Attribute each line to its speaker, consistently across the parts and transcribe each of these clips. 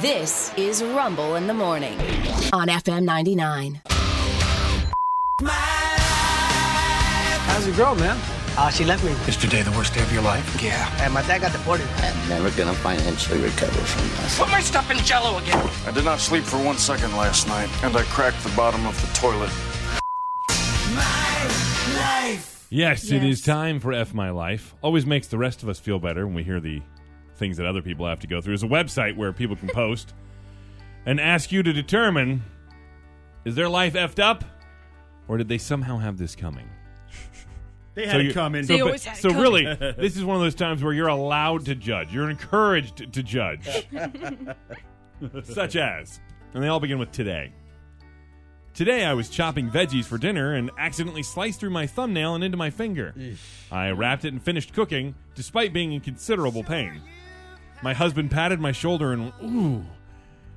Speaker 1: This is Rumble in the Morning on FM 99.
Speaker 2: How's your girl, man?
Speaker 3: Uh, she left me.
Speaker 4: Is today the worst day of your life? Yeah.
Speaker 3: And my dad got deported.
Speaker 5: I'm never gonna financially recover from this.
Speaker 6: Put my stuff in jello again.
Speaker 7: I did not sleep for one second last night, and I cracked the bottom of the toilet.
Speaker 8: Yes, it is time for F My Life. Always makes the rest of us feel better when we hear the things that other people have to go through. There's a website where people can post and ask you to determine is their life effed up or did they somehow have this coming?
Speaker 9: They
Speaker 8: So
Speaker 9: had
Speaker 8: you-
Speaker 9: it coming.
Speaker 8: So,
Speaker 10: They
Speaker 8: but-
Speaker 10: always had it
Speaker 8: so
Speaker 10: coming.
Speaker 8: really, this is one of those times where you're allowed to judge. You're encouraged to judge. Such as, and they all begin with today. Today I was chopping veggies for dinner and accidentally sliced through my thumbnail and into my finger. I wrapped it and finished cooking, despite being in considerable pain. My husband patted my shoulder and ooh,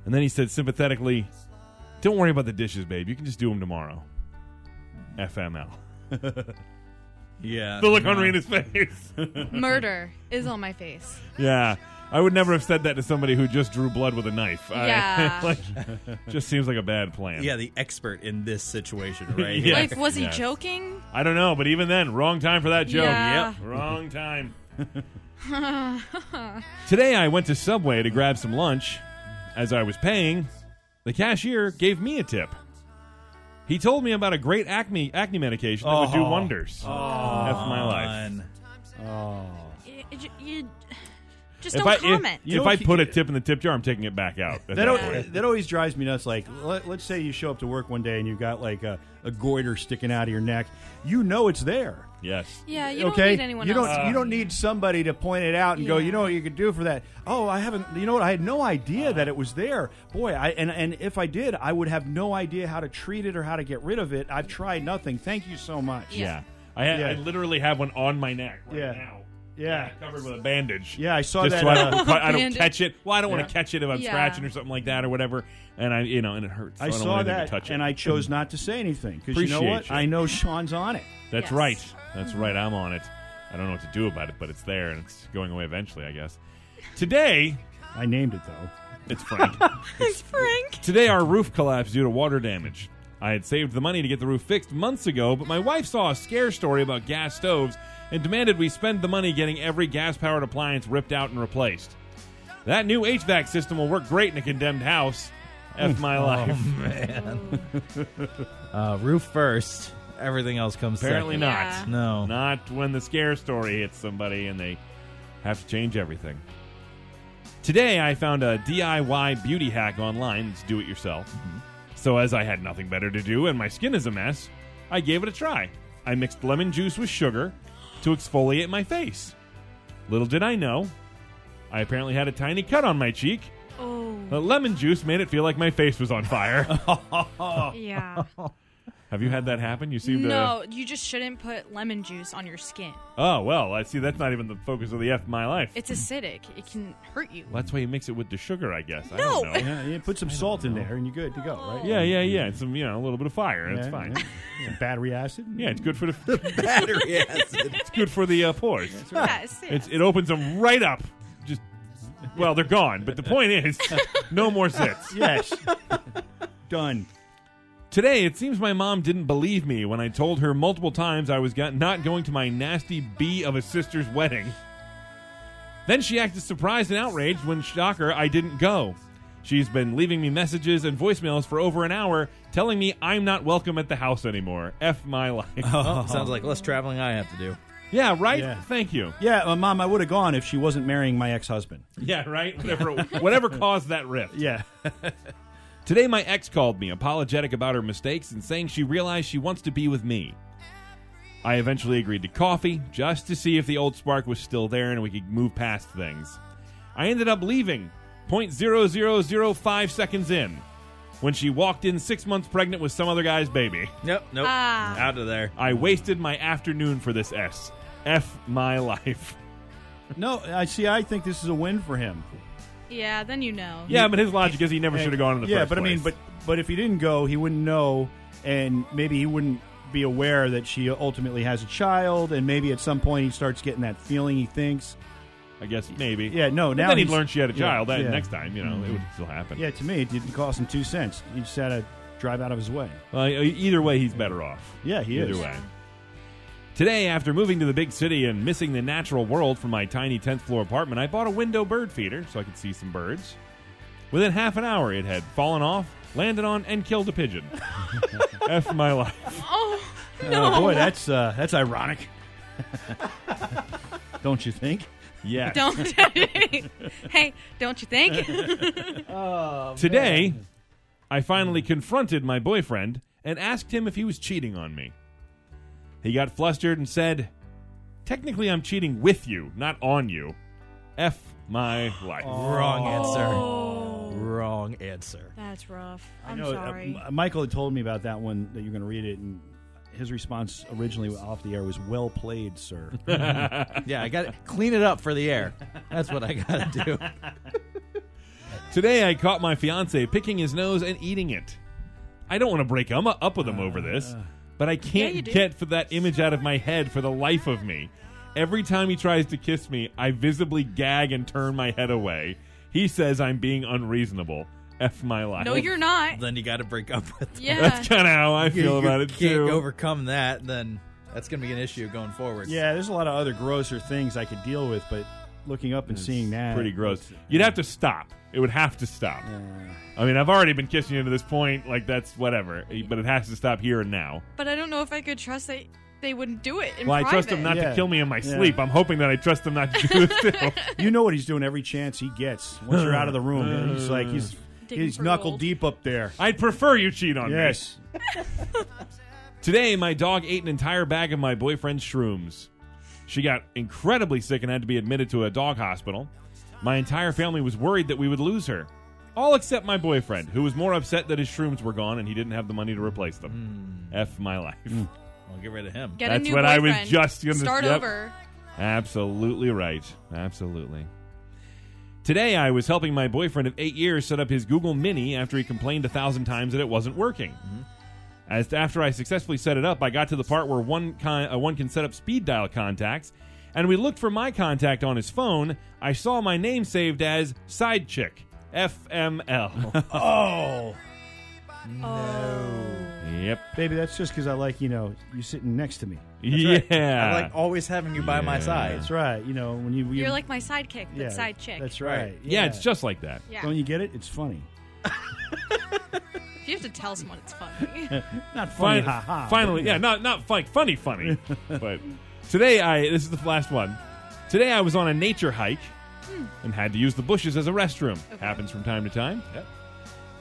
Speaker 8: and then he said sympathetically, "Don't worry about the dishes, babe. You can just do them tomorrow." FML.
Speaker 9: yeah.
Speaker 8: The look on Rena's face.
Speaker 10: Murder is on my face.
Speaker 8: Yeah. I would never have said that to somebody who just drew blood with a knife. I-
Speaker 10: Yeah.
Speaker 8: like, just seems like a bad plan.
Speaker 9: Yeah, the expert in this situation, right?
Speaker 8: Yeah.
Speaker 10: Like, was he
Speaker 8: Yeah.
Speaker 10: joking?
Speaker 8: I don't know, but even then, wrong time for that joke.
Speaker 10: Yeah.
Speaker 8: Yep. Wrong time. Today I went to Subway to grab some lunch. As I was paying, the cashier gave me a tip. He told me about a great acne acne medication that would do
Speaker 9: Oh.
Speaker 8: wonders. Oh. F my life.
Speaker 9: Fun.
Speaker 10: Oh. You, you- just
Speaker 8: If
Speaker 10: don't
Speaker 8: I,
Speaker 10: comment.
Speaker 8: if, if I put a tip in the tip jar, I'm taking it back out. at
Speaker 9: That,
Speaker 8: that
Speaker 9: al-
Speaker 8: point.
Speaker 9: that always drives me nuts. Like, let, let's say you show up to work one day and you've got like a, a goiter sticking out of your neck. You know it's there.
Speaker 8: Yes.
Speaker 10: yeah, you don't
Speaker 9: okay,
Speaker 10: need anyone
Speaker 9: you don't.
Speaker 10: else.
Speaker 9: you don't need somebody to point it out and go.
Speaker 10: Yeah.
Speaker 9: You know what you could do for that? Oh, I haven't. You know what? I had no idea that it was there. Boy, I and and if I did, I would have no idea how to treat it or how to get rid of it. I've tried nothing. Thank you so much.
Speaker 10: Yeah.
Speaker 8: Yeah. I, ha-
Speaker 9: Yeah.
Speaker 8: I literally have one on my neck right
Speaker 9: Yeah.
Speaker 8: now.
Speaker 9: Yeah.
Speaker 8: Covered with a bandage.
Speaker 9: Yeah, I saw
Speaker 8: Just
Speaker 9: that,
Speaker 8: so I don't,
Speaker 9: uh,
Speaker 8: quite- I don't
Speaker 10: Bandage.
Speaker 8: catch it. Well, I don't
Speaker 9: Yeah.
Speaker 8: want to catch it if I'm
Speaker 10: Yeah.
Speaker 8: scratching or something like that or whatever. And I, you know, and it hurts. So
Speaker 9: I
Speaker 8: don't
Speaker 9: saw
Speaker 8: want anything
Speaker 9: that,
Speaker 8: To touch it.
Speaker 9: and I chose not to say anything because you know
Speaker 8: Appreciate
Speaker 9: what?
Speaker 8: you.
Speaker 9: I know Sean's on it.
Speaker 8: That's
Speaker 10: Yes.
Speaker 8: right. That's right. I'm on it. I don't know what to do about it, but it's there and it's going away eventually, I guess. Today,
Speaker 9: I named it though.
Speaker 8: it's Frank.
Speaker 10: Frank.
Speaker 8: Today, our roof collapsed due to water damage. I had saved the money to get the roof fixed months ago, but my wife saw a scare story about gas stoves and demanded we spend the money getting every gas powered appliance ripped out and replaced. That new HVAC system will work great in a condemned house. F my life.
Speaker 11: Oh, Uh, roof first, everything else comes
Speaker 8: Apparently
Speaker 11: second.
Speaker 8: not.
Speaker 10: Yeah.
Speaker 11: No.
Speaker 8: Not when the scare story hits somebody and they have to change everything. Today, I found a DIY beauty hack online that's do it yourself. So, as I had nothing better to do and my skin is a mess, I gave it a try. I mixed lemon juice with sugar to exfoliate my face. Little did I know, I apparently had a tiny cut on my cheek.
Speaker 10: Oh,
Speaker 8: The lemon juice made it feel like my face was on fire.
Speaker 10: yeah.
Speaker 8: have you had that happen? You seem to.
Speaker 10: No, Oh, you just shouldn't put lemon juice on your skin.
Speaker 8: Oh, well, I see that's not even the focus of the F my life.
Speaker 10: It's acidic. It can hurt you.
Speaker 8: Well, that's why you mix it with the sugar, I guess.
Speaker 10: No.
Speaker 8: I don't know.
Speaker 9: Yeah, you put some salt in there, and you're good to go, right?
Speaker 8: Yeah, yeah, yeah. It's some, you know, a little bit of fire. and it's
Speaker 9: Yeah,
Speaker 8: fine.
Speaker 9: yeah. Some battery acid.
Speaker 8: Yeah, it's good for the
Speaker 3: Battery acid.
Speaker 8: it's good for the uh, pores.
Speaker 10: Yes, yes.
Speaker 8: It's, it opens them right up. Just well, they're gone. But the point is, no more zits.
Speaker 9: Yes. Done.
Speaker 8: Today, it seems my mom didn't believe me when I told her multiple times I was go- not going to my nasty bee of a sister's wedding. Then she acted surprised and outraged when, shocker, I didn't go. She's been leaving me messages and voicemails for over an hour telling me I'm not welcome at the house anymore. F my life.
Speaker 11: Oh, sounds like less traveling I have to do.
Speaker 8: yeah, right?
Speaker 9: Yeah.
Speaker 8: Thank you.
Speaker 9: Yeah, uh, mom, I would have gone if she wasn't marrying my ex-husband.
Speaker 8: Yeah, right? Whatever, whatever caused that rift.
Speaker 9: Yeah.
Speaker 8: Today, my ex called me, apologetic about her mistakes and saying she realized she wants to be with me. I eventually agreed to coffee just to see if the old spark was still there and we could move past things. I ended up leaving 0.0005 seconds in when she walked in six months pregnant with some other guy's baby.
Speaker 11: Nope, nope.
Speaker 10: Ah.
Speaker 11: Out of there.
Speaker 8: I wasted my afternoon for this S. F my life.
Speaker 9: No, I see. I think this is a win for him.
Speaker 10: yeah, then you know.
Speaker 8: Yeah, but his logic is he never
Speaker 9: And-
Speaker 8: should have gone in the
Speaker 9: yeah,
Speaker 8: first
Speaker 9: but I mean, but
Speaker 8: place.
Speaker 9: but if he didn't go, he wouldn't know, and maybe he wouldn't be aware that she ultimately has a child, and maybe at some point he starts getting that feeling. He thinks,
Speaker 8: I guess maybe.
Speaker 9: Yeah, no,
Speaker 8: But
Speaker 9: now
Speaker 8: then he'd
Speaker 9: he's-
Speaker 8: learn she had a
Speaker 9: yeah,
Speaker 8: child. That
Speaker 9: yeah. Mm-hmm.
Speaker 8: next time, you know, it would still happen.
Speaker 9: Yeah, to me, it didn't cost him two cents. He just had to drive out of his way.
Speaker 8: Well, e- either way, he's better off.
Speaker 9: Yeah, he
Speaker 8: Either
Speaker 9: is.
Speaker 8: way. Today, after moving to the big city and missing the natural world from my tiny 10th floor apartment, I bought a window bird feeder so I could see some birds. Within half an hour, it had fallen off, landed on, and killed a pigeon. F my life.
Speaker 10: Oh,
Speaker 9: Oh boy, that's uh, that's ironic. Don't you think?
Speaker 8: Yes.
Speaker 10: don't. hey, don't you think?
Speaker 9: Oh,
Speaker 8: Today, I finally confronted my boyfriend and asked him if he was cheating on me. He got flustered and said, Technically, I'm cheating with you, not on you. F my life.
Speaker 9: Oh,
Speaker 11: Wrong
Speaker 10: Oh.
Speaker 11: answer. Wrong answer.
Speaker 10: That's rough. I'm
Speaker 9: know, uh,
Speaker 10: sorry.
Speaker 9: M- Michael had told me about that one that you're going to read it, and his response originally off the air was "Well played, sir."
Speaker 11: Yeah, I got to clean it up for the air. That's what I got to do.
Speaker 8: Today, I caught my fiance picking his nose and eating it. I don't want to break him up with him over this, but I can't
Speaker 10: Ah. you do.
Speaker 8: get for that image out of my head for the life of me. Every time he tries to kiss me, I visibly gag and turn my head away. He says I'm being unreasonable. F my life.
Speaker 10: no, you're not.
Speaker 11: Then you got to break up with.
Speaker 10: Yeah.
Speaker 8: That's kind of how I feel
Speaker 11: you
Speaker 8: about it
Speaker 11: can't
Speaker 8: too.
Speaker 11: overcome that, then that's going to be an issue going forward.
Speaker 9: yeah, there's a lot of other grosser things I could deal with, but looking up and seeing that
Speaker 8: Pretty gross. You'd have to stop. It would have to stop. I mean, I've already been kissing you to this point. Like that's whatever, but it has to stop here and now.
Speaker 10: But I don't know if I could trust that they wouldn't do it in
Speaker 8: Well,
Speaker 10: private.
Speaker 8: I trust him not to
Speaker 9: Yeah.
Speaker 8: kill me in my
Speaker 9: Yeah.
Speaker 8: sleep. I'm hoping that I trust him not to do this too.
Speaker 9: You know what he's doing every chance he gets. Once you're out of the room, he's like he's
Speaker 10: Digging
Speaker 9: he's
Speaker 10: for
Speaker 9: knuckle
Speaker 10: gold.
Speaker 9: deep up there.
Speaker 8: I'd prefer you cheat on me.
Speaker 9: Yes.
Speaker 8: Today, my dog ate an entire bag of my boyfriend's shrooms. She got incredibly sick and had to be admitted to a dog hospital. My entire family was worried that we would lose her. All except my boyfriend, who was more upset that his shrooms were gone and he didn't have the money to replace
Speaker 9: Hmm.
Speaker 8: them. F my life.
Speaker 11: I'll get rid of him.
Speaker 10: Get a
Speaker 8: That's
Speaker 10: new
Speaker 8: what I was
Speaker 10: boyfriend.
Speaker 8: just gonna-
Speaker 10: start
Speaker 8: yep.
Speaker 10: over.
Speaker 8: Absolutely right. Absolutely. Today, I was helping my boyfriend of eight years set up his Google Mini after he complained a thousand times that it wasn't working. As after I successfully set it up, I got to the part where one con- uh, one can set up speed dial contacts, and we looked for my contact on his phone. I saw my name saved as Side Chick FML.
Speaker 9: Oh,
Speaker 8: yep.
Speaker 9: baby, that's just because I like you know you sitting next to me.
Speaker 8: Yeah.
Speaker 11: I like always having you by my side.
Speaker 9: That's right. You know when you you-
Speaker 10: You're like my sidekick, but
Speaker 9: yeah,
Speaker 10: side chick.
Speaker 9: That's right.
Speaker 8: yeah, it's just like that.
Speaker 10: yeah.
Speaker 9: Don't you get it? It's funny.
Speaker 10: If you have to tell someone it's funny.
Speaker 9: Not funny.
Speaker 8: Fin-
Speaker 9: ha ha.
Speaker 8: finally, yeah, not not like funny, funny, but today I this is the last one. Today I was on a nature hike and had to use the bushes as a restroom. Happens from time to time.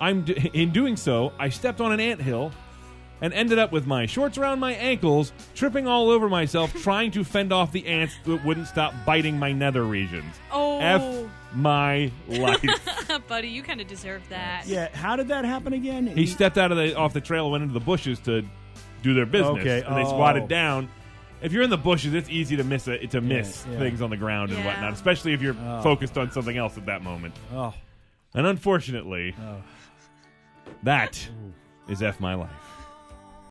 Speaker 8: I'm d- in doing so, I stepped on an anthill and ended up with my shorts around my ankles, tripping all over myself trying to fend off the ants that wouldn't stop biting my nether regions.
Speaker 10: Oh.
Speaker 8: F my life.
Speaker 10: Buddy, you kind of deserve that.
Speaker 9: Yeah. How did that happen again?
Speaker 8: He stepped out of the off the trail, went into the bushes to do their business,
Speaker 9: Okay,
Speaker 8: and they
Speaker 9: oh.
Speaker 8: squatted down. If you're in the bushes, it's easy to miss it, to miss
Speaker 9: yeah.
Speaker 8: things on the ground and
Speaker 10: Yeah.
Speaker 8: whatnot, especially if you're focused on something else at that moment.
Speaker 9: Oh.
Speaker 8: And unfortunately, that is f my life.